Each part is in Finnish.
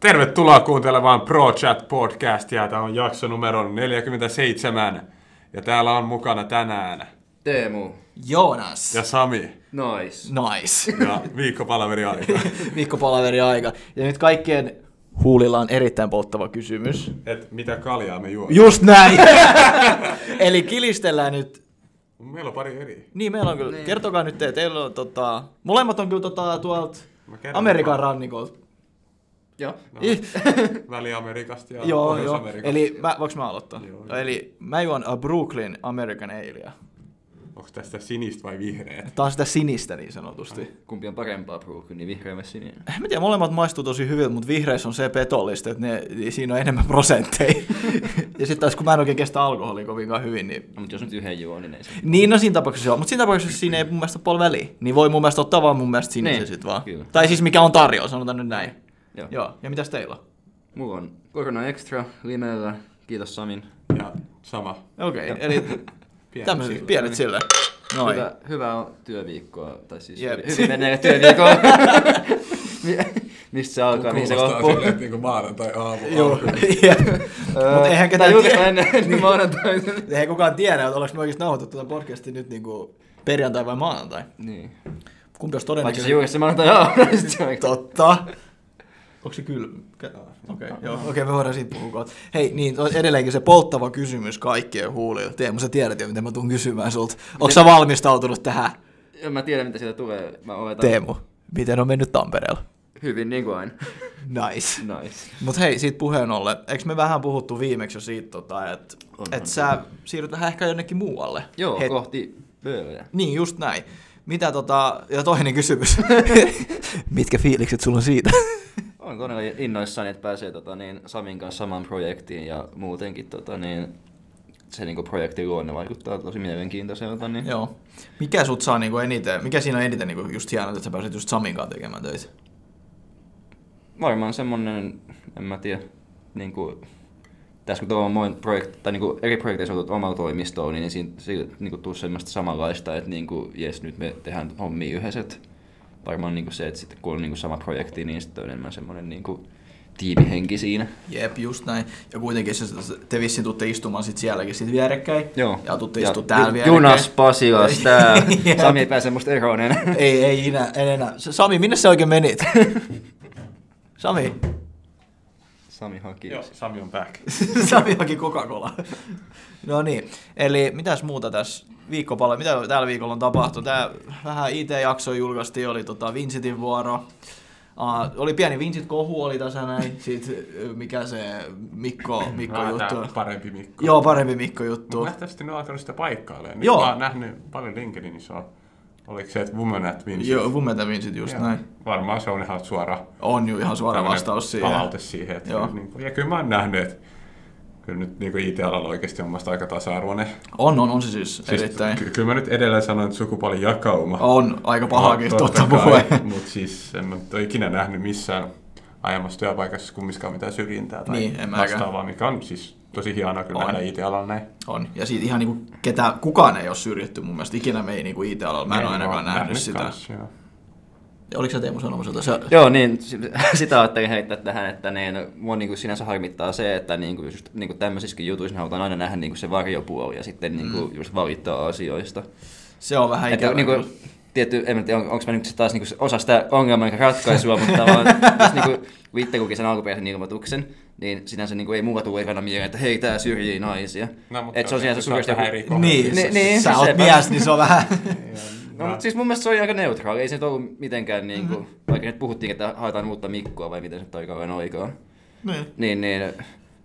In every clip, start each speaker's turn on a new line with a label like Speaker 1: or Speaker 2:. Speaker 1: Tervetuloa kuuntelemaan ProChat podcastia. Tämä on jakso numero 47. Ja täällä on mukana tänään
Speaker 2: Teemu.
Speaker 3: Joonas.
Speaker 1: ja Sami
Speaker 2: Nois.
Speaker 3: Nice.
Speaker 1: ja viikkopalaveri aika.
Speaker 3: Mikko Palaveri aika. Ja nyt kaikkien huulilla on erittäin polttava kysymys.
Speaker 1: Et mitä kaljaa me juomme?
Speaker 3: Just näin. Eli kilistellään nyt.
Speaker 1: Meillä on pari eri.
Speaker 3: Niin, meillä on kyllä. Niin. Kertokaa nyt te, teillä on tota... Molemmat on kyllä tota tuolta
Speaker 1: Mä kerron.
Speaker 3: Amerikan rannikolta.
Speaker 2: Joo.
Speaker 1: No,
Speaker 3: Ih,
Speaker 1: Väli-Amerikasta ja
Speaker 3: joo, joo.
Speaker 1: Pohjois-Amerikasta.
Speaker 3: Eli mä, voinko mä aloittaa?
Speaker 1: Joo, joo.
Speaker 3: Joo, Eli mä juon a Brooklyn American Alea.
Speaker 1: Onko tästä sinistä vai vihreät?
Speaker 3: Tää on sitä sinistä niin sanotusti.
Speaker 2: Kumpi on parempaa Brooklyn, niin vihreä vai sininen?
Speaker 3: En mä tiedä, molemmat maistuu tosi hyvin, mutta vihreissä on se petollista, että ne, siinä on enemmän prosentteja. ja sitten taas kun mä en oikein kestä alkoholia kovinkaan hyvin, niin...
Speaker 2: No, mutta jos nyt yhden juo, niin ei se.
Speaker 3: Niin, no siinä tapauksessa joo, mutta siinä tapauksessa siinä ei mun mielestä ole paljon väliä. Niin voi mun mielestä ottaa vaan mun mielestä sinne se
Speaker 2: Niin,
Speaker 3: sit vaan.
Speaker 2: kyllä.
Speaker 3: Tai siis mikä on tarjolla, sanotaan nyt näin.
Speaker 2: Joo. Joo.
Speaker 3: Joo, ja mitäs teillä on?
Speaker 2: Mulla on Corona Extra limellä. Kiitos Samin.
Speaker 1: Ja sama.
Speaker 3: Okei, okay, eli
Speaker 1: Pienet
Speaker 3: tämmöiset
Speaker 1: sillat.
Speaker 3: pienet sille. Noin.
Speaker 2: Hyvä, hyvää on työviikkoa, tai siis
Speaker 3: Jep.
Speaker 2: Jep. hyvin menee työviikkoa. Mi- Mistä se alkaa, mihin se
Speaker 1: Kuulostaa
Speaker 2: loppuu?
Speaker 1: silleen, että niinku maanantai aamu.
Speaker 3: Joo, jep. Mut eihän ketään
Speaker 2: tiedä.
Speaker 3: tie-
Speaker 2: ennen niin maanantaina.
Speaker 3: Eihän kukaan tiedä, että ollaanko me oikeasti nauhoitettu tätä podcastia nyt niinku perjantai vai maanantai.
Speaker 2: Niin.
Speaker 3: Kumpi olisi
Speaker 2: Vaikka se
Speaker 3: todennäköisesti?
Speaker 2: juuri se maanantai aamuna, niin sit se on
Speaker 3: Totta. Onko se kylmä? Okei, okay, joo. Okei, me voidaan siitä puhua kohta. Hei, niin on edelleenkin se polttava kysymys kaikkien huulilla. Teemu, sä tiedät jo, mitä mä tuun kysymään sulta. Onko sä valmistautunut tähän,
Speaker 2: Joo, Mä tiedän, mitä sieltä tulee. Mä oletan
Speaker 3: Teemu? Miten on mennyt Tampereella?
Speaker 2: hyvin niin kuin aina.
Speaker 3: Nice.
Speaker 2: Nice.
Speaker 3: Mut hei, siitä puheen ollen, eikö me vähän puhuttu viimeksi jo siitä, tota, että et sä siirryt vähän ehkä jonnekin muualle?
Speaker 2: Joo,
Speaker 3: Het-
Speaker 2: kohti pöydä.
Speaker 3: Niin, just näin. Mitä tota, ja toinen kysymys. Mitkä fiilikset sulla on siitä?
Speaker 2: Olen todella innoissani, että pääsee tota, niin, Samin kanssa samaan projektiin ja muutenkin tota, niin, se niin projektin luonne vaikuttaa tosi mielenkiintoiselta. Niin.
Speaker 3: Joo. Mikä sut saa niinku eniten, mikä siinä on eniten niinku just hienoa, että sä pääset just Samin kanssa tekemään töitä?
Speaker 2: Varmaan semmonen, en mä tiedä, niin kuin, tässä kun tuolla on moin projekt, tai niin kuin eri projekteissa on omalla toimistoon, niin siinä, siinä niin kuin tuu semmoista samanlaista, että niin kuin, jes, nyt me tehdään hommia yhdessä. että Varmaan niin kuin se, että sitten kun on niin kuin sama projekti, niin sitten on enemmän semmoinen niin kuin, tiimihenki siinä.
Speaker 3: Jep, just näin. Ja kuitenkin se, te vissiin tuutte istumaan sit sielläkin sit vierekkäin.
Speaker 2: Joo.
Speaker 3: Ja tuutte istumaan täällä vierekkäin.
Speaker 2: Junas Pasilas tää.
Speaker 3: Jep.
Speaker 2: Sami ei pääse musta eroon enää.
Speaker 3: Ei, ei enää, en enää. S- Sami, minne sä oikein menit? Sami.
Speaker 2: Sami haki.
Speaker 1: Joo, Sami on back.
Speaker 3: Sami haki Coca-Cola. no niin, eli mitäs muuta tässä viikkopalvelu, mitä tällä viikolla on tapahtunut? Tää vähän IT-jakso julkaistiin, oli tota Vincitin vuoro. Uh, oli pieni Vincit-kohu oli tässä näin, sit äh, mikä se Mikko, Mikko
Speaker 1: Ah, tää
Speaker 3: juttu.
Speaker 1: Parempi Mikko.
Speaker 3: Joo, parempi Mikko
Speaker 1: Mut
Speaker 3: juttu.
Speaker 1: Nähtävästi ne on alkanut sitä paikkailemaan. Nyt Joo.
Speaker 3: Joo.
Speaker 1: mä oon nähnyt paljon LinkedInissä on. Oliko se, että Women at Vincent?
Speaker 3: Joo, mun mielestä Vincit just
Speaker 1: Joo.
Speaker 3: näin.
Speaker 1: Varmaan se on ihan suora
Speaker 3: On ju ihan suora
Speaker 1: tämmönen
Speaker 3: vastaus siihen.
Speaker 1: palaute siihen. Että
Speaker 3: Joo.
Speaker 1: Niin kuin, ja kyllä mä oon nähnyt, että kyllä nyt niin IT-alalla oikeasti on musta aika tasa-arvoinen.
Speaker 3: On, on, on se siis, siis erittäin.
Speaker 1: ky- kyllä mä nyt edelleen sanoin, että sukupuolen jakauma.
Speaker 3: On aika pahakin tuota totta puheen.
Speaker 1: Mutta siis en mä nyt ole ikinä nähnyt missään aiemmassa työpaikassa kumminkaan mitään syrjintää tai
Speaker 3: Niin, en mäkään.
Speaker 1: vastaavaa, mikä on siis tosi hienoa kyllä
Speaker 3: On.
Speaker 1: nähdä IT-alalla näin.
Speaker 3: On. Ja siitä ihan niinku ketä, kukaan ei ole syrjitty mun mielestä. Ikinä me ei niinku IT-alalla. Mä en ole ainakaan
Speaker 1: Niin, mä oon
Speaker 3: nähnyt sitä.
Speaker 1: kans, joo.
Speaker 3: Ja oliko se Teemu sanomassa? Että se...
Speaker 2: Joo, niin si- sitä ajattelin heittää tähän, että niin, mua niin kuin sinänsä harmittaa se, että niin kuin just, niin kuin tämmöisissäkin jutuissa niin halutaan aina nähdä niin kuin se varjopuoli ja
Speaker 3: Mm.
Speaker 2: sitten niin kuin just valittaa asioista.
Speaker 3: se on vähän
Speaker 2: Että,
Speaker 3: ikävä.
Speaker 2: niin kuin, tietty, en mä tiedä, on, onko mä nyt sit taas niin kuin, osa sitä ongelman ratkaisua, mutta vaan jos niin kuin, kun itse luki sen alkuperäisen ilmoituksen, niin sinänsä niin kuin, ei mulla tule ekana mieleen, että hei, tää syrjii naisia.
Speaker 1: No, mutta
Speaker 2: että se on sinänsä suuresti
Speaker 1: vähän
Speaker 2: joku,
Speaker 1: eri kohde.
Speaker 3: Niin,
Speaker 2: Niin,
Speaker 3: niin,
Speaker 2: niin,
Speaker 3: sä
Speaker 2: se-
Speaker 3: oot
Speaker 2: sepä.
Speaker 3: mies, niin se on vähän...
Speaker 2: No, mutta siis mun mielestä se oli aika neutraali. Ei se nyt ollut mitenkään, niin kuin,
Speaker 3: Mm-hmm.
Speaker 2: vaikka nyt puhuttiin, että haetaan uutta Mikkoa vai miten se nyt aikaan oikein.
Speaker 3: niin.
Speaker 2: Niin, niin.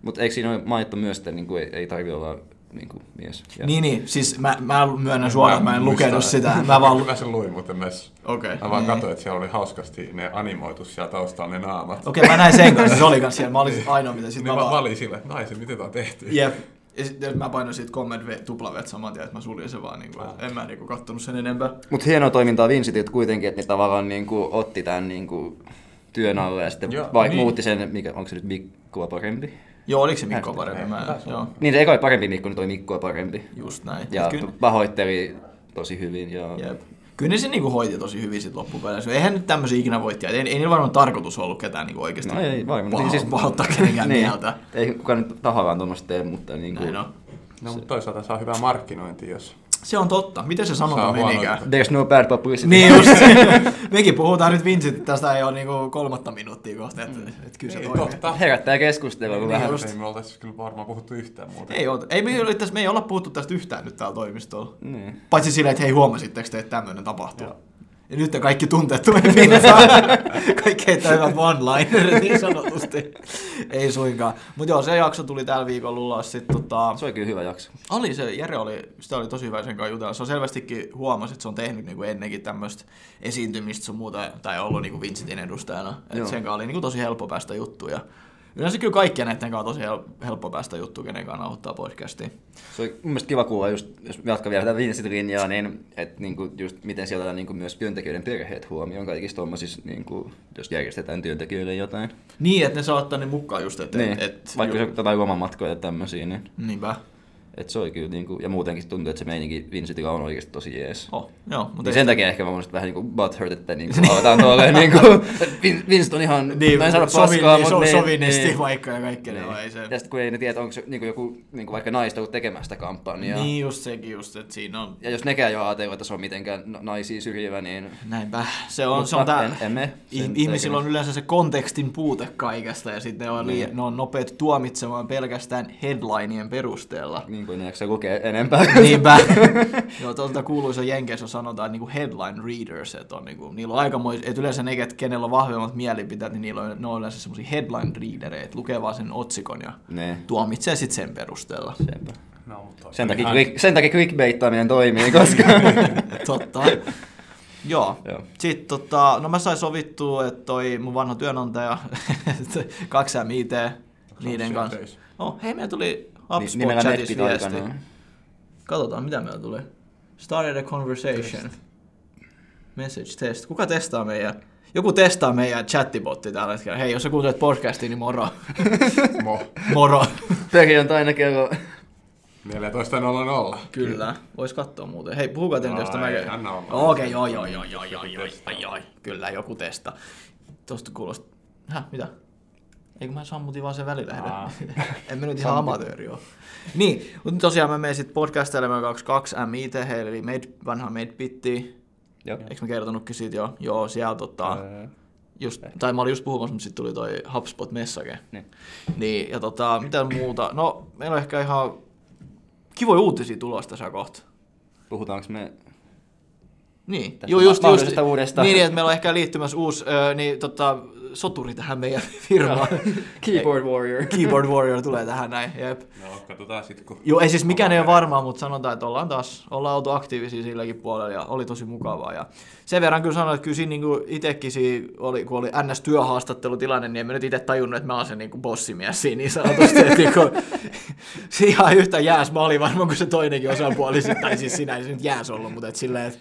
Speaker 2: Mutta eikö siinä ole mainittu myös, että niin kuin, ei, ei tarvitse olla niin kuin, mies? Ja,
Speaker 3: niin, niin, siis mä, mä myönnän suoraan, että mä en
Speaker 1: muista.
Speaker 3: lukenut sitä. Mä vaan...
Speaker 1: Mä sen luin, mutta en mä edes-
Speaker 3: Okei. Niin.
Speaker 1: Mä vaan katsoin, että siellä oli hauskasti ne animoitu siellä taustalla ne naamat.
Speaker 3: Okei, mä näin sen kanssa, se oli kanssa siellä. Mä olin ainoa, mitä sit
Speaker 1: Niin
Speaker 3: mä
Speaker 1: mä, mä
Speaker 3: vaan...
Speaker 1: olin sillä, että naisen, miten tää on tehty?
Speaker 3: Jep. Ja sitten mä painoin siitä comment V- tupla V saman tien, että mä suljin sen vaan niinku, että en mä niinku kattonut sen enempää.
Speaker 2: Mutta hienoa toimintaa Vinsitit kuitenkin, että ne tavallaan niin kuin, otti tämän niin kuin, työn alle ja sitten
Speaker 1: Joo,
Speaker 2: Joo, vai,
Speaker 1: niin.
Speaker 2: niin. muutti sen, mikä, onko se nyt Mikkoa parempi?
Speaker 3: Joo, oliko se Mikko parempi? Mä, en- joo,
Speaker 2: Niin se eka oli parempi Mikko, nyt oli Mikkoa parempi.
Speaker 3: just näin.
Speaker 2: Ja
Speaker 3: Kyllä-
Speaker 2: pahoitteli tosi hyvin ja
Speaker 3: Jep. Kyllä ne sen niinku hoiti tosi hyvin sit loppupeleissä. Eihän nyt tämmöisiä ikinä voi tietää. Ei, ei niillä varmaan tarkoitus ollut ketään niinku oikeasti
Speaker 2: No ei varmaan.
Speaker 3: paha, siis, pahoittaa kenenkään
Speaker 2: niin.
Speaker 3: mieltä.
Speaker 2: Ei kukaan nyt tahallaan tuommoista tee, mutta niin kuin,
Speaker 3: Näin on.
Speaker 1: No, mutta toisaalta saa hyvää markkinointia, jos...
Speaker 3: Se on totta. Miten se
Speaker 1: Saa
Speaker 3: sanonta menikään?
Speaker 1: huonoita.
Speaker 2: There's no bad publicity.
Speaker 3: Niin just. Mekin puhutaan nyt Vincent, tästä ei ole niinku kolmatta minuuttia kohta, että et kyllä se
Speaker 1: Ei,
Speaker 3: toimii.
Speaker 1: totta.
Speaker 2: Herättää keskustelua
Speaker 3: Niin,
Speaker 2: vähän.
Speaker 3: just.
Speaker 1: Ei me oltaisi kyllä varmaan puhuttu yhtään muuta.
Speaker 3: Ei, oota. ei, me, ei, ole tässä, me ei olla puhuttu tästä yhtään nyt täällä toimistolla.
Speaker 2: Niin.
Speaker 3: Paitsi silleen, että hei huomasitteko te, että tämmöinen tapahtuu.
Speaker 1: Joo.
Speaker 3: Ja nyt te kaikki tunteet tulee virtaan. kaikki heittää hyvän one-liner niin sanotusti. ei suinkaan. Mutta joo, se jakso tuli tällä viikolla ulos. Sit, tota...
Speaker 2: Se oli kyllä hyvä jakso.
Speaker 3: Oli se, Jere oli, sitä oli tosi hyvä sen kanssa jutella. Se on selvästikin huomasi, että se on tehnyt niinku ennenkin tämmöistä esiintymistä sun muuta, tai ollut niinku Vincentin edustajana. Et
Speaker 2: Joo.
Speaker 3: sen kanssa oli niinku tosi helppo päästä juttuun. Ja yleensä kyllä kaikkia näiden kanssa on tosi hel- helppo päästä juttuun, kenen kanssa nauhoittaa podcastia.
Speaker 2: Se oli mun mielestä kiva kuulla, just, jos jatkaa vielä tätä Vincent linjaa, niin, että niin kuin, just miten sieltä niin kuin, myös työntekijöiden perheet huomioon kaikissa tuommoisissa, niin kuin, jos järjestetään työntekijöille jotain.
Speaker 3: Niin, että ne saa ottaa ne mukaan just, että...
Speaker 2: niin,
Speaker 3: et,
Speaker 2: vaikka
Speaker 3: ju-
Speaker 2: se jotain lomamatkoja ja tämmöisiä, niin
Speaker 3: Niinpä.
Speaker 2: et se oli kyllä, niin kuin, ja muutenkin tuntuu, että se meininki Vincentilla on oikeasti tosi jees.
Speaker 3: Oh, joo, mutta
Speaker 2: Niin sen takia ehkä mä oon sit vähän niinku butthurt, että niinku aletaan tuolle niinku, Vin- Vince on ihan,
Speaker 3: Niin,
Speaker 2: mä en sano
Speaker 3: sovin-
Speaker 2: paskaa,
Speaker 3: niin,
Speaker 2: mut
Speaker 3: so-
Speaker 2: niin,
Speaker 3: sovinisti
Speaker 2: niin.
Speaker 3: vaikka ja kaikkea,
Speaker 2: Niin.
Speaker 3: joo, ei se-
Speaker 2: Ja sit kun ei ne tiedä, onko se niinku joku, niinku vaikka naista ollut tekemästä sitä kampanjaa.
Speaker 3: Niin just sekin just, että siinä on...
Speaker 2: Ja jos nekään jo ajatella, että se on mitenkään na- naisia syrjivä, niin...
Speaker 3: Näinpä. Se on,
Speaker 2: Mutta
Speaker 3: se on tää,
Speaker 2: en- emme
Speaker 3: ih-
Speaker 2: sen
Speaker 3: ihmisillä on
Speaker 2: tekemistä.
Speaker 3: yleensä se kontekstin puute kaikesta ja sitten ne on,
Speaker 2: Niin.
Speaker 3: liian, ne on nopeat tuomitsemaan pelkästään headlinien perusteella.
Speaker 2: Niin kuin ne jaksa lukea enempää.
Speaker 3: Niinpä. Joo, tuolta kuuluisa Jenkeissä sanotaan niin kuin headline readers, että on, niin kuin, niillä on aikamois, että yleensä ne, ket- kenellä on vahvemmat mielipiteet, niin niillä on, ne on yleensä semmoisia headline readereita, lukee vaan sen otsikon ja
Speaker 2: Ne.
Speaker 3: tuomitsee sitten sen perusteella.
Speaker 2: Senpä.
Speaker 1: No, mutta
Speaker 2: Sen takia,
Speaker 1: ihan-
Speaker 2: click, sen takia clickbaittaaminen toimii, koska...
Speaker 3: Totta. Joo.
Speaker 2: Joo.
Speaker 3: Sitten tota, no mä sain sovittua, että toi mun vanha työnantaja, 2M IT, niiden
Speaker 1: siellä
Speaker 3: kanssa.
Speaker 1: töissä?
Speaker 3: No, hei, meillä tuli
Speaker 2: Ni- nimellä
Speaker 3: HubSpot
Speaker 2: neppit
Speaker 3: chatissa viesti.
Speaker 2: aikanaan.
Speaker 3: Katsotaan, mitä meillä tuli. Started a conversation. Message test. Kuka testaa meidän? Joku testaa meidän chattibotti tällä hetkellä. Hei, jos sä kuuntelet podcastia, niin moro.
Speaker 1: Mo.
Speaker 3: moro.
Speaker 2: Perjantaina kello...
Speaker 1: 14.00.
Speaker 3: Kyllä. Vois katsoa muuten. Hei, puhukaa te nyt tästä
Speaker 1: Ai,
Speaker 3: mäkin.
Speaker 1: anna olla.
Speaker 3: Okei, joo, joo, joo, joo, joo, joo, joo, joo. Kyllä, joku testa. Tuosta kuulosti... Häh, mitä? Eikö mä sammutin vaan sen välilähden?
Speaker 1: Aa.
Speaker 3: en mä nyt ihan amatööri oo. Niin, mutta tosiaan mä menen sitten podcastelemaan 22 MIT, eli med, vanha Medbitti.
Speaker 2: Joo.
Speaker 3: Eikö mä kertonutkin siitä jo? Joo, siellä tota...
Speaker 2: Öö,
Speaker 3: Just, tai mä olin just puhumassa, mutta sitten tuli toi HubSpot Message.
Speaker 2: Niin.
Speaker 3: Niin, ja tota, mitä muuta? No, meillä on ehkä ihan kivoja uutisia tulossa tässä kohta.
Speaker 2: Puhutaanko me...
Speaker 3: Niin,
Speaker 2: Tästä
Speaker 3: Joo, just,
Speaker 2: ma-
Speaker 3: just,
Speaker 2: mahdollisesta uudesta.
Speaker 3: Niin, että meillä on ehkä liittymässä uusi ö, niin, tota, soturi tähän meidän firmaan.
Speaker 2: Keyboard Warrior.
Speaker 3: Keyboard Warrior tulee tähän näin, jep.
Speaker 1: No, katsotaan sit kun...
Speaker 3: Joo, ei siis mikään ei ole varmaa, mutta sanotaan, että ollaan taas ollaan oltu aktiivisia silläkin puolella ja oli tosi mukavaa. Ja sen verran kyllä sanoin, että kyllä siinä niin itsekin siinä oli, kun oli NS-työhaastattelutilanne, niin en mä nyt itse tajunnut, että mä oon se niin kuin bossimies siinä niin sanotusti. Että niin kuin, se ihan yhtä jääs mä olin varmaan kuin se toinenkin osapuoli, tai siis sinä ei se nyt jääs ollut, mutta et silleen, että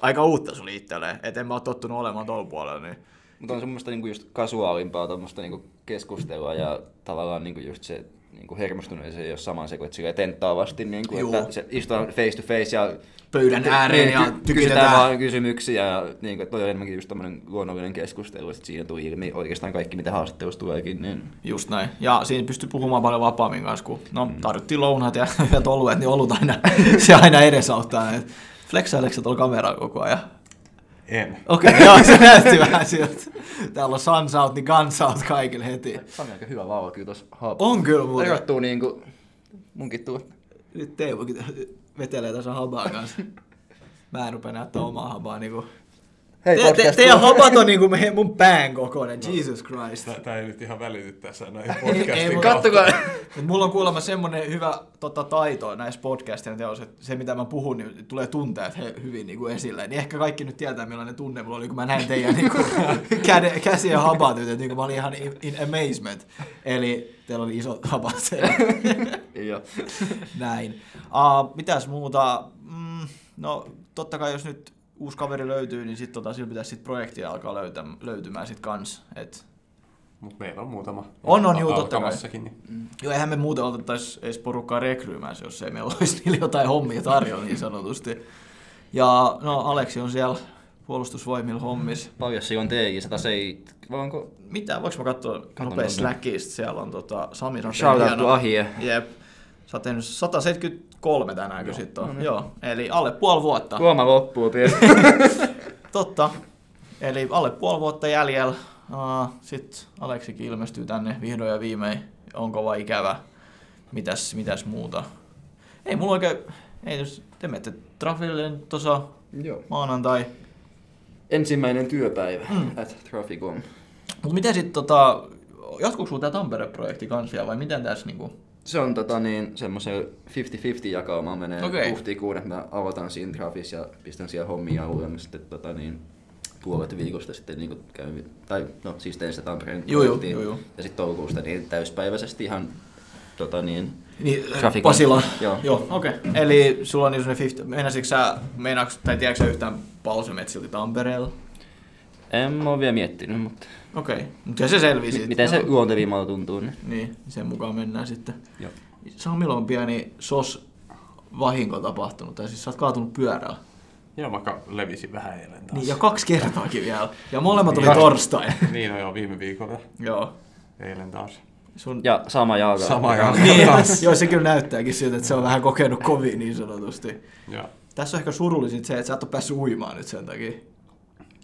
Speaker 3: aika uutta sulla itselleen, että en mä ole tottunut olemaan tuolla puolella. Niin.
Speaker 2: Mutta on semmoista niinku just kasuaalimpaa tommoista niinku keskustelua ja tavallaan niinku just se niinku hermostuneeseen, jos saman se, kun että silleen tenttaavasti, niinku,
Speaker 3: Juu.
Speaker 2: että se istutaan face to face ja
Speaker 3: Pöydän ääreen ja
Speaker 2: ky- kysytään
Speaker 3: tykitetään.
Speaker 2: vaan kysymyksiä ja niinku, että toi on enemmänkin just tämmöinen luonnollinen keskustelu, että siinä tuli ilmi oikeastaan kaikki, mitä haastattelussa tuleekin. Niin.
Speaker 3: Just näin. Ja siinä pystyy puhumaan paljon vapaammin kanssa, kun no, tarjottiin lounat ja hyvät oluet, niin olut aina, se aina edesauttaa. näin. Flexaileeko sä tuolla kameraa koko ajan? siis-
Speaker 1: En.
Speaker 3: Okei, okay, joo, se näytti vähän siltä. Täällä on suns out, niin guns out kaikille heti.
Speaker 2: Se on aika hyvä vauva kyllä tuossa haapaa.
Speaker 3: On kyllä muuten.
Speaker 2: Erottuu niinku munkin tuo.
Speaker 3: Nyt Teemokin vetelee tässä habaa kanssa. Mä en rupea näyttää omaa habaa niinku.
Speaker 2: Hei,
Speaker 3: Te, te,
Speaker 2: podcast
Speaker 3: teidän
Speaker 2: tuo.
Speaker 3: habat on niinku me- mun pään kokoinen, Jesus Christ.
Speaker 1: Tätä ei nyt ihan välity tässä näihin
Speaker 3: Ei, ei,
Speaker 1: podcastin
Speaker 3: mut-
Speaker 1: kautta.
Speaker 2: Kattokaa.
Speaker 3: Mut mulla on kuulemma semmonen hyvä tota, taito näissä podcastin teossa, että se mitä mä puhun, niin tulee tunteet he, hyvin niin kuin esille. Niin ehkä kaikki nyt tietää millainen tunne mulla oli, kun mä näin teidän niin kuin, käde, käsien habat, joten niin kuin, mä olin ihan in, in amazement. Eli teillä oli isot habat siellä.
Speaker 2: Joo.
Speaker 3: Näin. Uh, mitäs muuta? Mm, no totta kai jos nyt uusi kaveri löytyy, niin sit, tota, sillä pitäisi sit projektia alkaa löytä, löytymään sit kans. Et,
Speaker 1: Mut meillä on muutama.
Speaker 3: On, on, juu,
Speaker 1: al-
Speaker 3: totta kai.
Speaker 1: alkamassakin, niin.
Speaker 3: Mm. Joo, eihän me muuten otettaisi edes porukkaa rekryymään, jos ei meillä olisi niillä jotain hommia tarjolla niin sanotusti. Ja no Aleksi on siellä puolustusvoimilla hommis.
Speaker 2: Paljon se on TJ107, vai onko
Speaker 3: Mitä, voiko mä katsoa nopea
Speaker 2: tuonne.
Speaker 3: Slackista? Siellä on tota, Sami
Speaker 2: Shout out to
Speaker 3: hieno-
Speaker 2: Ahie.
Speaker 3: Jep. Sä oot tehnyt 173 tänään, kun sit on. Joo, eli alle puoli vuotta.
Speaker 2: Tuoma loppuu pieni?
Speaker 3: Totta. Eli alle puoli vuotta jäljellä. Uh, Sitten Aleksikin ilmestyy tänne vihdoin ja viimein. Onko vai ikävä? Mitäs, mitäs muuta? Ei mulla oikein... Ei, jos te menette Trafille nyt tuossa
Speaker 2: Joo.
Speaker 3: maanantai.
Speaker 2: Ensimmäinen työpäivä
Speaker 3: Mm.
Speaker 2: at Traficom.
Speaker 3: Mutta miten sitten tota... Jatkuuko sulla tämä Tampere-projekti kanssa vielä vai miten tässä niinku...
Speaker 2: Se on tota niin, semmoisen 50-50 jakaumaan menee
Speaker 3: Okei.
Speaker 2: okay. huhtikuun, että mä aloitan siinä trafissa ja pistän siellä hommia alueelle, niin sitten tota niin, puolet viikosta sitten niin käyn, tai no siis tein sitä Tampereen
Speaker 3: Juu, juu,
Speaker 2: projektia.
Speaker 3: juu, juu.
Speaker 2: ja sitten toukokuusta niin täyspäiväisesti ihan tota niin,
Speaker 3: Niin,
Speaker 2: Traficon.
Speaker 3: Pasila.
Speaker 2: Joo.
Speaker 3: Joo, okei. Okay. Eli sulla on niin sellainen 50... Meinaisitko sä, meinaaks, tai tiedätkö sä yhtään palsometsilti Tampereella?
Speaker 2: en mä oo vielä miettinyt, mutta
Speaker 3: Okei, okay. mutta se selvisi.
Speaker 2: mi- miten se luontevimmalla tuntuu, niin
Speaker 3: Niin, sen mukaan mennään sitten.
Speaker 2: Joo.
Speaker 3: Samilla on pieni sos-vahinko tapahtunut, tai siis sä oot kaatunut pyörällä.
Speaker 1: Joo, mä ka- levisin vähän eilen taas.
Speaker 3: Niin, ja kaksi kertaakin vielä. Ja molemmat oli
Speaker 1: Niin.
Speaker 3: torstai.
Speaker 1: Niin, no joo, viime viikolla.
Speaker 3: Joo.
Speaker 1: Eilen taas.
Speaker 3: Sun...
Speaker 2: ja sama jalka.
Speaker 1: Sama jalka
Speaker 3: Niin,
Speaker 1: taas.
Speaker 3: joo, se kyllä näyttääkin siltä, että se on vähän kokenut kovin niin sanotusti.
Speaker 1: Joo.
Speaker 3: Tässä on ehkä surullisin se, että sä et ole päässyt uimaan nyt sen takia.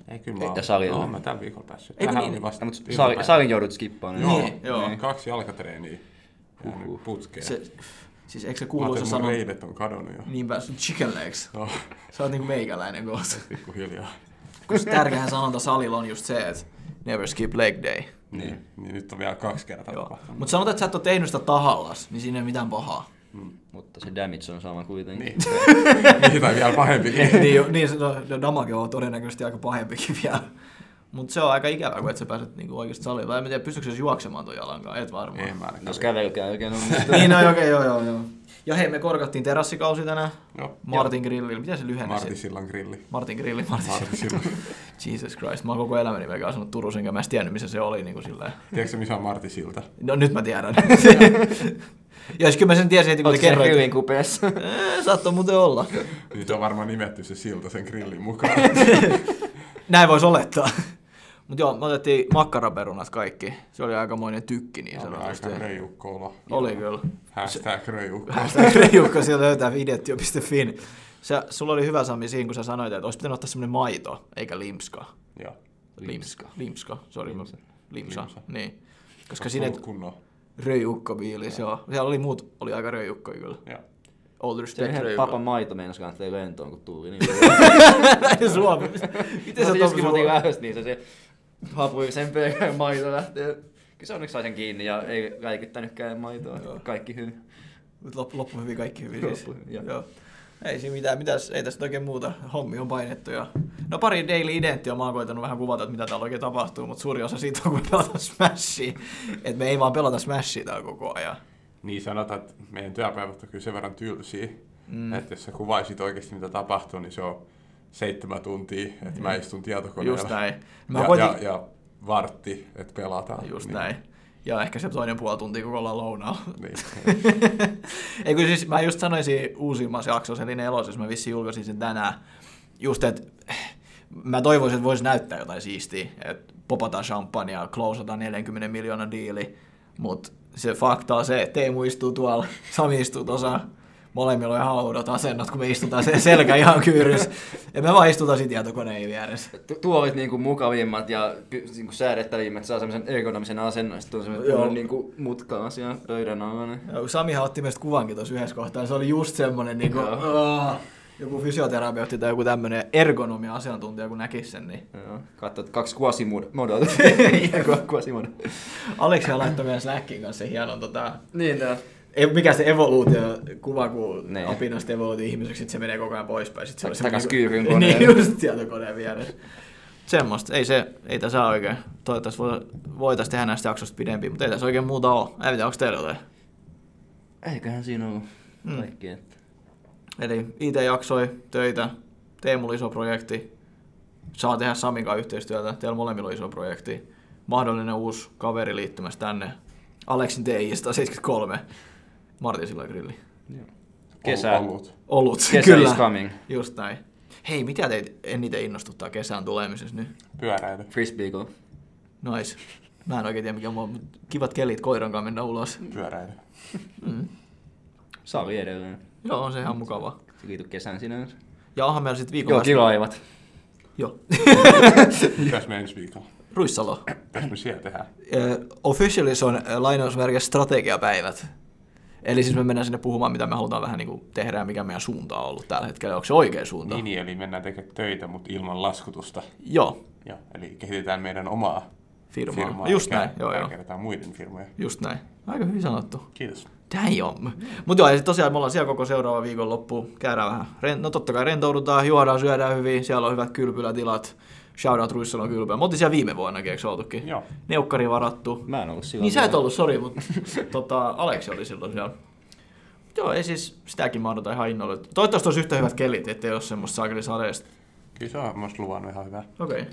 Speaker 1: Ei kyllä mä
Speaker 2: Eikä
Speaker 1: oon-
Speaker 2: salilla.
Speaker 1: oon mä tämän viikolla päässyt.
Speaker 3: Eikö
Speaker 1: Tähän
Speaker 3: niin?
Speaker 1: oli vasta
Speaker 2: Mutta
Speaker 1: iltapäivä.
Speaker 2: salin joudut skippaan.
Speaker 1: Joo,
Speaker 3: Niin, joo.
Speaker 1: joo. kaksi jalkatreeniä jäänyt putkeen. Se,
Speaker 3: Se, siis eikö se
Speaker 1: Kuuluisa
Speaker 3: Niin. kuuluisa
Speaker 1: mun
Speaker 3: sanoa?
Speaker 1: reidet on kadonnut jo.
Speaker 3: Niinpä, sun chicken legs.
Speaker 1: No,
Speaker 3: Sä oot niinku meikäläinen kohta.
Speaker 1: pikkuhiljaa.
Speaker 3: Kun se tärkeä sanonta salilla on just se, että never skip leg day.
Speaker 1: Niin. niin nyt on vielä kaksi kertaa
Speaker 3: Joo.
Speaker 1: tapahtunut.
Speaker 3: Mutta sanotaan, että sä et ole tehnyt sitä tahallas, niin siinä ei ole mitään pahaa.
Speaker 2: Mutta se damage on sama kuitenkin.
Speaker 1: Niin. Niitä vielä pahempi.
Speaker 3: niin, jo, niin se, no, no, damage on todennäköisesti aika pahempikin vielä. Mutta se on aika ikävää, kun et sä pääset niinku oikeasti salille. Vai en mä tiedä, pystytkö sä edes juoksemaan tuon jalankaan? Et varmaan.
Speaker 1: Ei mä ainakaan.
Speaker 2: No se kävelykää oikein on.
Speaker 3: niin, no okei, okay, joo, joo, joo. Ja hei, me korkattiin terassikausi tänään.
Speaker 1: Joo.
Speaker 3: Martin Grillillä. Miten se lyhenee?
Speaker 1: Martin
Speaker 3: Martin.
Speaker 1: sillan grilli.
Speaker 3: Martin Grilli, Martin.
Speaker 1: Martin sillan.
Speaker 3: Jesus Christ, mä oon koko elämäni melkein asunut Turussa, enkä mä edes tiennyt, missä se oli. Niin kuin silleen.
Speaker 1: Tiedätkö missä on Martin silta?
Speaker 3: No nyt mä tiedän. Jos kyllä mä sen tiesin heti, kun te
Speaker 2: Oletko siellä
Speaker 3: kerroit.
Speaker 2: hyvin kupeessa?
Speaker 3: Eh, Saattoi muuten olla.
Speaker 1: Niin se on varmaan nimetty se silta sen grillin mukaan.
Speaker 3: Näin voisi olettaa. Mutta joo, me otettiin makkaraperunat kaikki. Se oli aikamoinen tykki niin
Speaker 1: Oli
Speaker 3: sanotusti.
Speaker 1: aika röijukko olo.
Speaker 3: Oli kyllä.
Speaker 1: Hashtag röijukko.
Speaker 3: Reijukko sieltä löytää videotio.fin. Sä, sulla oli hyvä Sami siinä, kun sä sanoit, että olisi pitänyt ottaa semmoinen maito, eikä limska.
Speaker 1: Joo.
Speaker 3: Limska. Limska, sorry. Limsa. Limsa.
Speaker 1: Limsa.
Speaker 3: Niin. Koska sinne
Speaker 1: Tullut kunnon.
Speaker 3: röijukkobiilis, joo. Siellä oli muut, oli aika röijukko kyllä.
Speaker 1: Joo.
Speaker 3: Old
Speaker 2: Se
Speaker 3: respect
Speaker 2: yhden
Speaker 3: röijukko.
Speaker 2: papan maito meinas kanssa tein lentoon, kun tuli. Niin
Speaker 3: Suomi. Miten sä
Speaker 2: se joskin
Speaker 3: tuossa
Speaker 2: muuten lähes, niin se, se hapui sen perään maito lähtee. Kyllä se onneksi sai sen kiinni ja ei räikyttänytkään maitoa.
Speaker 3: Joo.
Speaker 2: Kaikki hyvin.
Speaker 3: Mut loppu, loppu hyvin kaikki hyvin siis.
Speaker 2: Loppu hyvin, joo.
Speaker 3: Joo. Ei siinä mitään, mitäs, ei tästä oikein muuta. Hommi on painettu ja... No pari Daily Identiä mä oon koitanut vähän kuvata, että mitä täällä oikein tapahtuu, mutta suuri osa siitä on, kun me pelataan Smashia. Että me ei vaan pelata Smashia täällä koko ajan.
Speaker 1: Niin sanotaan, että meidän työpäivät on kyllä sen verran tylsiä, mm. että jos sä kuvaisit oikeasti mitä tapahtuu, niin se on seitsemän tuntia, että mä istun tietokoneella.
Speaker 3: Mm. Just näin. Mä
Speaker 1: Mä ja,
Speaker 3: koitin...
Speaker 1: ja, niin. ja vartti, että pelataan.
Speaker 3: Just näin. Ja ehkä se toinen puoli tuntia, kun ollaan lounaalla.
Speaker 1: Niin.
Speaker 3: Ei kun siis mä just sanoin siinä uusimmassa jaksossa, eli nelosessa, mä vissiin julkaisin sen tänään, just että mä toivoisin, että voisi näyttää jotain siistiä, että popataan champagnea, klousataan 40 miljoona diili, mutta se fakta on se, että Teemu istuu tuolla, Sami istuu tuossa, molemmilla on ihan oudot asennot, kun me istutaan se selkä ihan kyyrys, ja me vaan istutaan siinä tietokoneen vieressä.
Speaker 2: Tu- Tuolit niinku mukavimmat ja py- niinku säädettävimmät saa semmoisen ergonomisen asennon. Sitten on semmoinen
Speaker 3: Joo.
Speaker 2: kunnon niinku mutka asia pöydän alla. niin-
Speaker 3: Ja kun Samihan otti meistä kuvankin tuossa yhdessä kohtaa, se oli just semmoinen niin kuin, joku fysioterapeutti tai joku tämmöinen ergonomia-asiantuntija, kun näki sen, niin
Speaker 2: Joo. Katsoit kaksi quasi-modoa. Quasi-modoa.
Speaker 3: Aleksi laittoi meidän Slackin kanssa sen hienon, tota,
Speaker 2: Niin tää.
Speaker 3: ei, mikä se evoluutio-kuva, kun
Speaker 2: Niin.
Speaker 3: opinnosta evoluutio ihmiseksi, että se menee koko ajan poispäin. Sit se oli
Speaker 2: Tak-
Speaker 3: semmoinen
Speaker 2: takas
Speaker 3: kun-
Speaker 2: kyyryn koneelle.
Speaker 3: Niin, just tietokoneen vieressä. Semmosta, ei, se, ei tässä ole oikein. Toivottavasti vo- voitaisiin tehdä näistä jaksoista pidempiä, mutta ei tässä oikein muuta ole. Ei mitään, onko teillä jotain?
Speaker 2: Eiköhän siinä ollut
Speaker 3: Mm.
Speaker 2: kaikki. Että.
Speaker 3: Eli IT jaksoi töitä, Teemulla iso projekti, saa tehdä Samin kanssa yhteistyötä, teillä molemmilla on iso projekti, mahdollinen uusi kaveri liittymässä tänne, Aleksin TI 173, Martin Silla Grilli.
Speaker 1: Kesä. Ollut.
Speaker 3: Olut,
Speaker 2: Kesä
Speaker 3: kyllä.
Speaker 2: is coming.
Speaker 3: Just näin. Hei, mitä teitä eniten innostuttaa kesään tulemisessa nyt?
Speaker 1: pyöräily.
Speaker 2: Frisbeego.
Speaker 3: Nois. Mä en oikein tiedä mikä mua, mutta kivat kelit koiran kanssa mennä ulos.
Speaker 1: Pyöräily.
Speaker 3: Mm.
Speaker 2: Sali edelleen.
Speaker 3: Joo, on se ihan mukavaa.
Speaker 2: Se kiitu kesän sinänsä.
Speaker 3: Ja onhan meillä sitten viikon
Speaker 2: Joo,
Speaker 3: päästä-
Speaker 2: kilaivat.
Speaker 3: Joo.
Speaker 1: Mitäs me ensi viikolla?
Speaker 3: Ruissalo.
Speaker 1: Mitäs me siellä tehdään?
Speaker 3: Ö, Officialis on ö, lainausmerkissä strategiapäivät. Eli siis me mennään sinne puhumaan, mitä me halutaan vähän niin kuin tehdä ja mikä meidän suunta on ollut tällä hetkellä. Onko se oikea suunta?
Speaker 1: Niin, niin, eli mennään tekemään töitä, mutta ilman laskutusta.
Speaker 3: Joo,
Speaker 1: Joo, eli kehitetään meidän omaa
Speaker 3: firmaa.
Speaker 1: firmaa.
Speaker 3: Just
Speaker 1: eikä-
Speaker 3: näin, joo joo.
Speaker 1: eikä jotain muiden firmoja.
Speaker 3: Just näin. Aika hyvin sanottu.
Speaker 1: Kiitos.
Speaker 3: Damn. Mutta joo, ja sit tosiaan me ollaan siellä koko seuraava viikonloppu. Käydään vähän, ren- no totta kai rentoudutaan, juodaan, syödään hyvin. Siellä on hyvät kylpylätilat. Shoutout Ruissalon kylpylä. Me oltiin siellä viime vuonnakin, eikö oltukin?
Speaker 1: Joo.
Speaker 3: Neukkari varattu.
Speaker 2: Mä en ollut silloin.
Speaker 3: Niin sä et
Speaker 2: vielä.
Speaker 3: ollut, sori, mutta tota, Aleksi oli silloin siellä. Joo, ei siis sitäkin mä odotan ihan innolla. Toivottavasti olisi yhtä hyvät kelit, ettei ole semmoista saakeli sadeesta.
Speaker 1: Kyllä se on musta luvannut ihan hyvää.
Speaker 3: Okei. Okay.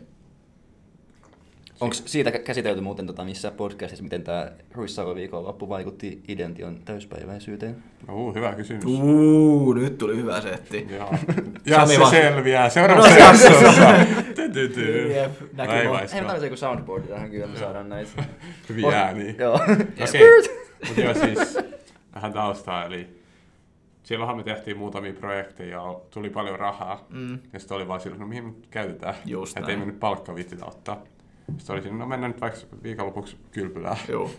Speaker 2: Onko siitä kä- käsitelty muuten tota, missään podcastissa, miten tämä Ruissalo viikonloppu vaikutti Idention täyspäiväisyyteen?
Speaker 1: Uu, hyvä kysymys.
Speaker 3: Uu, nyt tuli hyvä setti.
Speaker 1: Joo. Ja
Speaker 3: Sami
Speaker 1: se
Speaker 3: vasta-
Speaker 1: selviää
Speaker 3: No
Speaker 1: seuraavassa jaksossa. Ty, ty, ty.
Speaker 3: Jep, näkyy
Speaker 1: Vai
Speaker 3: vaan.
Speaker 1: vai,
Speaker 2: Ei,
Speaker 1: se
Speaker 2: mä
Speaker 1: on
Speaker 2: tarvitsen joku soundboardi tähän, kyllä me saadaan näitä.
Speaker 1: Hyviä
Speaker 3: Oh,
Speaker 1: ääniä.
Speaker 2: Joo.
Speaker 1: Okei, mutta joo siis vähän taustaa, eli silloinhan me tehtiin muutamia projekteja ja tuli paljon rahaa.
Speaker 3: Mm.
Speaker 1: Ja sitten oli vaan silloin, no mihin me nyt käytetään,
Speaker 3: Just
Speaker 1: että ei me
Speaker 3: näin.
Speaker 1: nyt palkka viittitä ottaa. Sitten oli siinä, no mennään nyt vaikka viikonlopuksi kylpylään.
Speaker 3: Joo.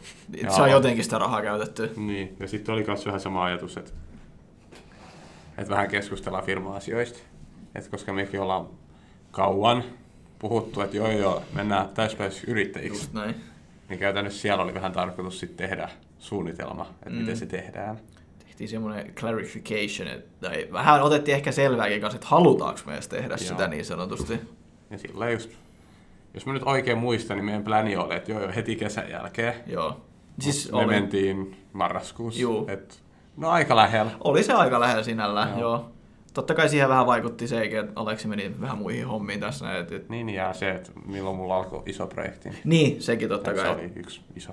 Speaker 1: Joo.
Speaker 3: Saa jotenkin sitä rahaa käytettyä.
Speaker 1: Niin, ja sitten oli myös vähän sama ajatus, että, että vähän keskustellaan firma-asioista. Että koska mekin ollaan kauan puhuttu, että joo joo, mennään täyspäiväisiksi yrittäjiksi,
Speaker 3: Just näin.
Speaker 1: niin käytännössä siellä oli vähän tarkoitus sitten tehdä suunnitelma, että miten
Speaker 3: Mm.
Speaker 1: se tehdään.
Speaker 3: Tehtiin semmoinen clarification, että, tai vähän otettiin ehkä selvääkin kanssa, että halutaanko me edes tehdä
Speaker 1: Joo.
Speaker 3: sitä niin sanotusti.
Speaker 1: Ja sillä just, jos mä nyt oikein muistan, niin meidän pläni oli, että joo joo, heti kesän jälkeen.
Speaker 3: Joo. Siis
Speaker 1: me mentiin marraskuussa,
Speaker 3: Juu.
Speaker 1: et, no aika lähellä.
Speaker 3: Oli se aika lähellä sinällään,
Speaker 1: Joo.
Speaker 3: joo. joo. Totta kai siihen vähän vaikutti se, että Aleksi meni vähän muihin hommiin tässä. näin, Et, et...
Speaker 1: Niin ja se, että milloin mulla alkoi iso projekti, niin
Speaker 3: Niin, sekin totta
Speaker 1: se
Speaker 3: kai.
Speaker 1: oli yksi iso.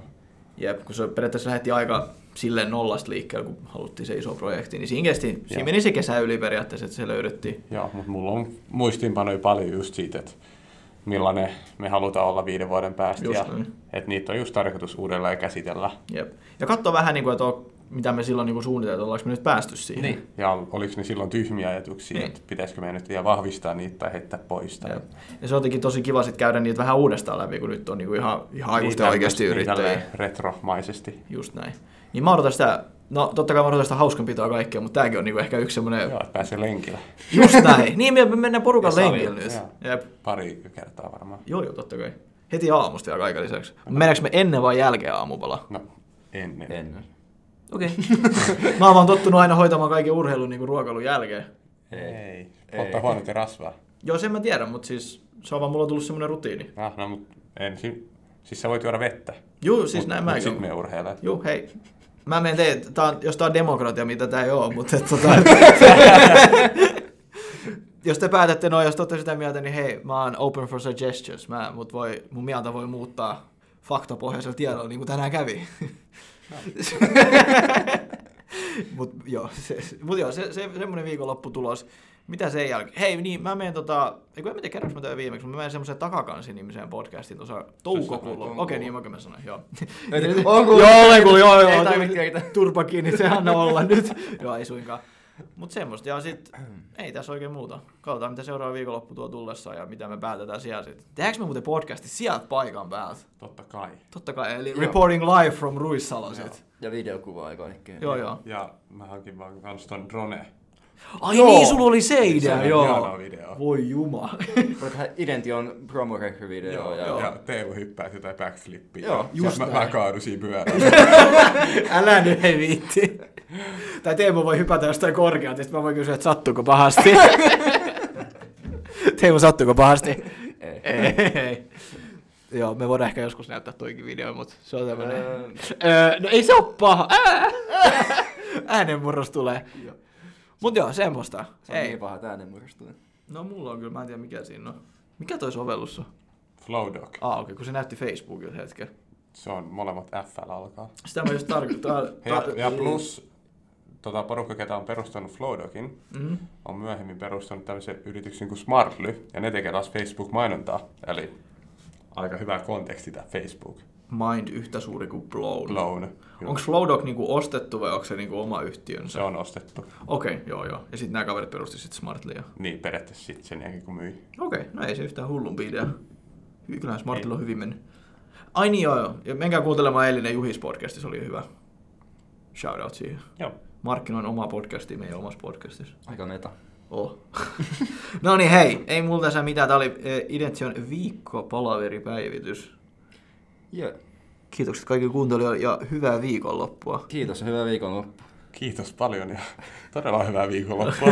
Speaker 3: Jep, kun se periaatteessa lähti aika silleen nollasta liikkeelle, kun haluttiin se iso projekti, niin siinä, kesti,
Speaker 1: Joo.
Speaker 3: siinä meni se kesä yli periaatteessa, että se löydettiin.
Speaker 1: Joo, mutta mulla on muistiinpanoja paljon just siitä, että millainen me halutaan olla viiden vuoden päästä.
Speaker 3: Just
Speaker 1: ja,
Speaker 3: niin.
Speaker 1: että niitä on just tarkoitus uudelleen käsitellä.
Speaker 3: Jep. Ja katso vähän, niin kuin, että on, mitä me silloin niin kuin suunniteltiin, ollaanko me nyt päästy siihen.
Speaker 1: Ja oliko ne silloin tyhmiä ajatuksia,
Speaker 3: Niin.
Speaker 1: että pitäisikö meidän nyt vielä vahvistaa niitä tai heittää pois. Tai...
Speaker 3: Ja, ja se on jotenkin tosi kiva sit käydä niitä vähän uudestaan läpi, kun nyt on niinku ihan, ihan aikuisten oikeasti yrittäjiä.
Speaker 1: Niin retromaisesti.
Speaker 3: Just näin. Niin mä odotan sitä, no totta kai mä odotan sitä hauskanpitoa kaikkea, mutta tääkin on niinku ehkä yksi semmoinen,
Speaker 1: Joo, että pääsee lenkillä.
Speaker 3: just näin. Niin me mennään porukan
Speaker 2: Ja salilla,
Speaker 3: lenkille nyt.
Speaker 1: joo.
Speaker 3: Jep.
Speaker 1: Pari kertaa varmaan.
Speaker 3: Joo, joo, totta kai. Heti aamusta ja kaiken lisäksi. Mennäänkö me ennen vai jälkeen aamupala?
Speaker 1: No, ennen.
Speaker 2: En.
Speaker 3: Okei. Okay. mä oon vaan tottunut aina hoitamaan kaiken urheilun niinku ruokailun jälkeen.
Speaker 1: Ei.
Speaker 2: Ei.
Speaker 1: Polttaa huonot ja rasvaa.
Speaker 3: Joo, sen mä tiedän, mutta siis se on vaan mulla tullut semmoinen rutiini.
Speaker 1: Ah, no, mut ensin. Siis sä voit juoda vettä.
Speaker 3: Joo, siis näin
Speaker 1: Mut
Speaker 3: mäkin.
Speaker 1: sit me urheilee.
Speaker 3: Juu, hei. Mä menen teet, tää on, jos tää on demokratia, mitä tää ei oo, mutta et, tota, jos te päätätte noin, jos te ootte sitä mieltä, niin hei, mä oon open for suggestions. Mä, mut voi, mun mieltä voi muuttaa faktapohjaisella tiedolla, niin kuin tänään kävi. mut joo, se, mut joo se, se, semmonen viikonlopputulos. Mitä sen jälkeen? Hei, niin mä menen tota, eikö en mä tiedä kerroks mä tein viimeksi, mutta mä menen semmoisen takakansi-nimiseen podcastiin tuossa toukokuulla. Okei,
Speaker 2: toukokuulla.
Speaker 3: okay, niin mäkin mä sanoin, joo.
Speaker 2: On kuullut.
Speaker 3: Joo, olen kuullut, joo, joo.
Speaker 2: Ei tarvitse kertoa.
Speaker 3: Turpa kiinni, se anna olla nyt. joo, ei suinkaan. Mut semmoista, ja sit ei tässä oikein muuta. Katsotaan, mitä seuraava viikonloppu tuo tullessa ja mitä me päätetään siellä sit. Tehdäänkö me muuten podcasti sieltä paikan päältä?
Speaker 1: Totta kai.
Speaker 3: Totta kai, eli reporting live from Ruissalo sit.
Speaker 2: Ja videokuvaa ja kaikkea.
Speaker 3: Joo, joo.
Speaker 1: Ja mä hankin vaan kans ton drone.
Speaker 3: Ai
Speaker 2: Joo.
Speaker 3: niin, sulla oli se
Speaker 1: Se
Speaker 3: idea,
Speaker 1: on
Speaker 3: joo.
Speaker 1: hieno video.
Speaker 3: Voi juma.
Speaker 2: Voi tehdä Idention promo video
Speaker 1: Joo,
Speaker 2: ja
Speaker 1: joo. ja Teemu hyppää jotain backflippiä.
Speaker 2: Joo,
Speaker 1: Ja
Speaker 3: just
Speaker 1: mä, mä
Speaker 3: näin.
Speaker 1: kaadun siinä pyörällä.
Speaker 3: Älä nyt hei viitti. Tai Teemu voi hypätä jostain korkealta, ja sitten mä voin kysyä, että sattuuko pahasti. Teemu, sattuuko pahasti?
Speaker 2: Ei.
Speaker 3: ei, ei. Joo, me voidaan ehkä joskus näyttää tuikin video, mutta se on tämmönen...
Speaker 2: Öö.
Speaker 3: Öö, no ei se ole paha. Ää! Äänenmurros tulee. Mut joo, semmoista.
Speaker 2: Se on
Speaker 3: Ei.
Speaker 2: niin paha äänen murrastuminen.
Speaker 3: No mulla on kyllä, mä en tiedä mikä siinä on. Mikä toi sovellus on?
Speaker 1: Flowdog.
Speaker 3: Ah, okei, okay, kun se näytti Facebookilta hetken.
Speaker 1: Se on molemmat FL alkaa.
Speaker 3: Sitä mä just tarkoitan.
Speaker 1: Ja, ja plus tota, porukka, ketä on perustanut Flowdokin,
Speaker 3: Mm.
Speaker 1: on myöhemmin perustanut tämmöisen yrityksen kuin Smartly, ja ne tekee taas Facebook-mainontaa, eli aika hyvä konteksti tämä Facebook.
Speaker 3: Mind yhtä suuri kuin Blown.
Speaker 1: Blown. Kyllä.
Speaker 3: Onko Flowdog niinku ostettu vai onko se niinku oma yhtiönsä?
Speaker 1: Se on ostettu.
Speaker 3: Okei, okay, joo joo. Ja sitten nämä kaverit perusti sitten Smartlia.
Speaker 1: Niin, periaatteessa sitten sen jälkeen kun myi.
Speaker 3: Okei, okay, no ei se yhtään hullumpi idea. Hy- Kyllähän Smartilla on hyvin mennyt. Ai niin joo joo. Ja menkää kuuntelemaan eilinen Juhis podcasti, se oli hyvä. Shoutout siihen.
Speaker 1: Joo.
Speaker 3: Markkinoin omaa podcastia meidän omassa podcastissa.
Speaker 2: Aika meta.
Speaker 3: Oh. no niin hei, ei mulla tässä mitään. Tää oli eh, Identsion viikkopalaveripäivitys.
Speaker 2: Yeah.
Speaker 3: Kiitokset kaikille kuuntelijoille ja hyvää viikonloppua.
Speaker 2: Kiitos ja hyvää viikonloppua.
Speaker 1: Kiitos paljon ja todella hyvää viikonloppua.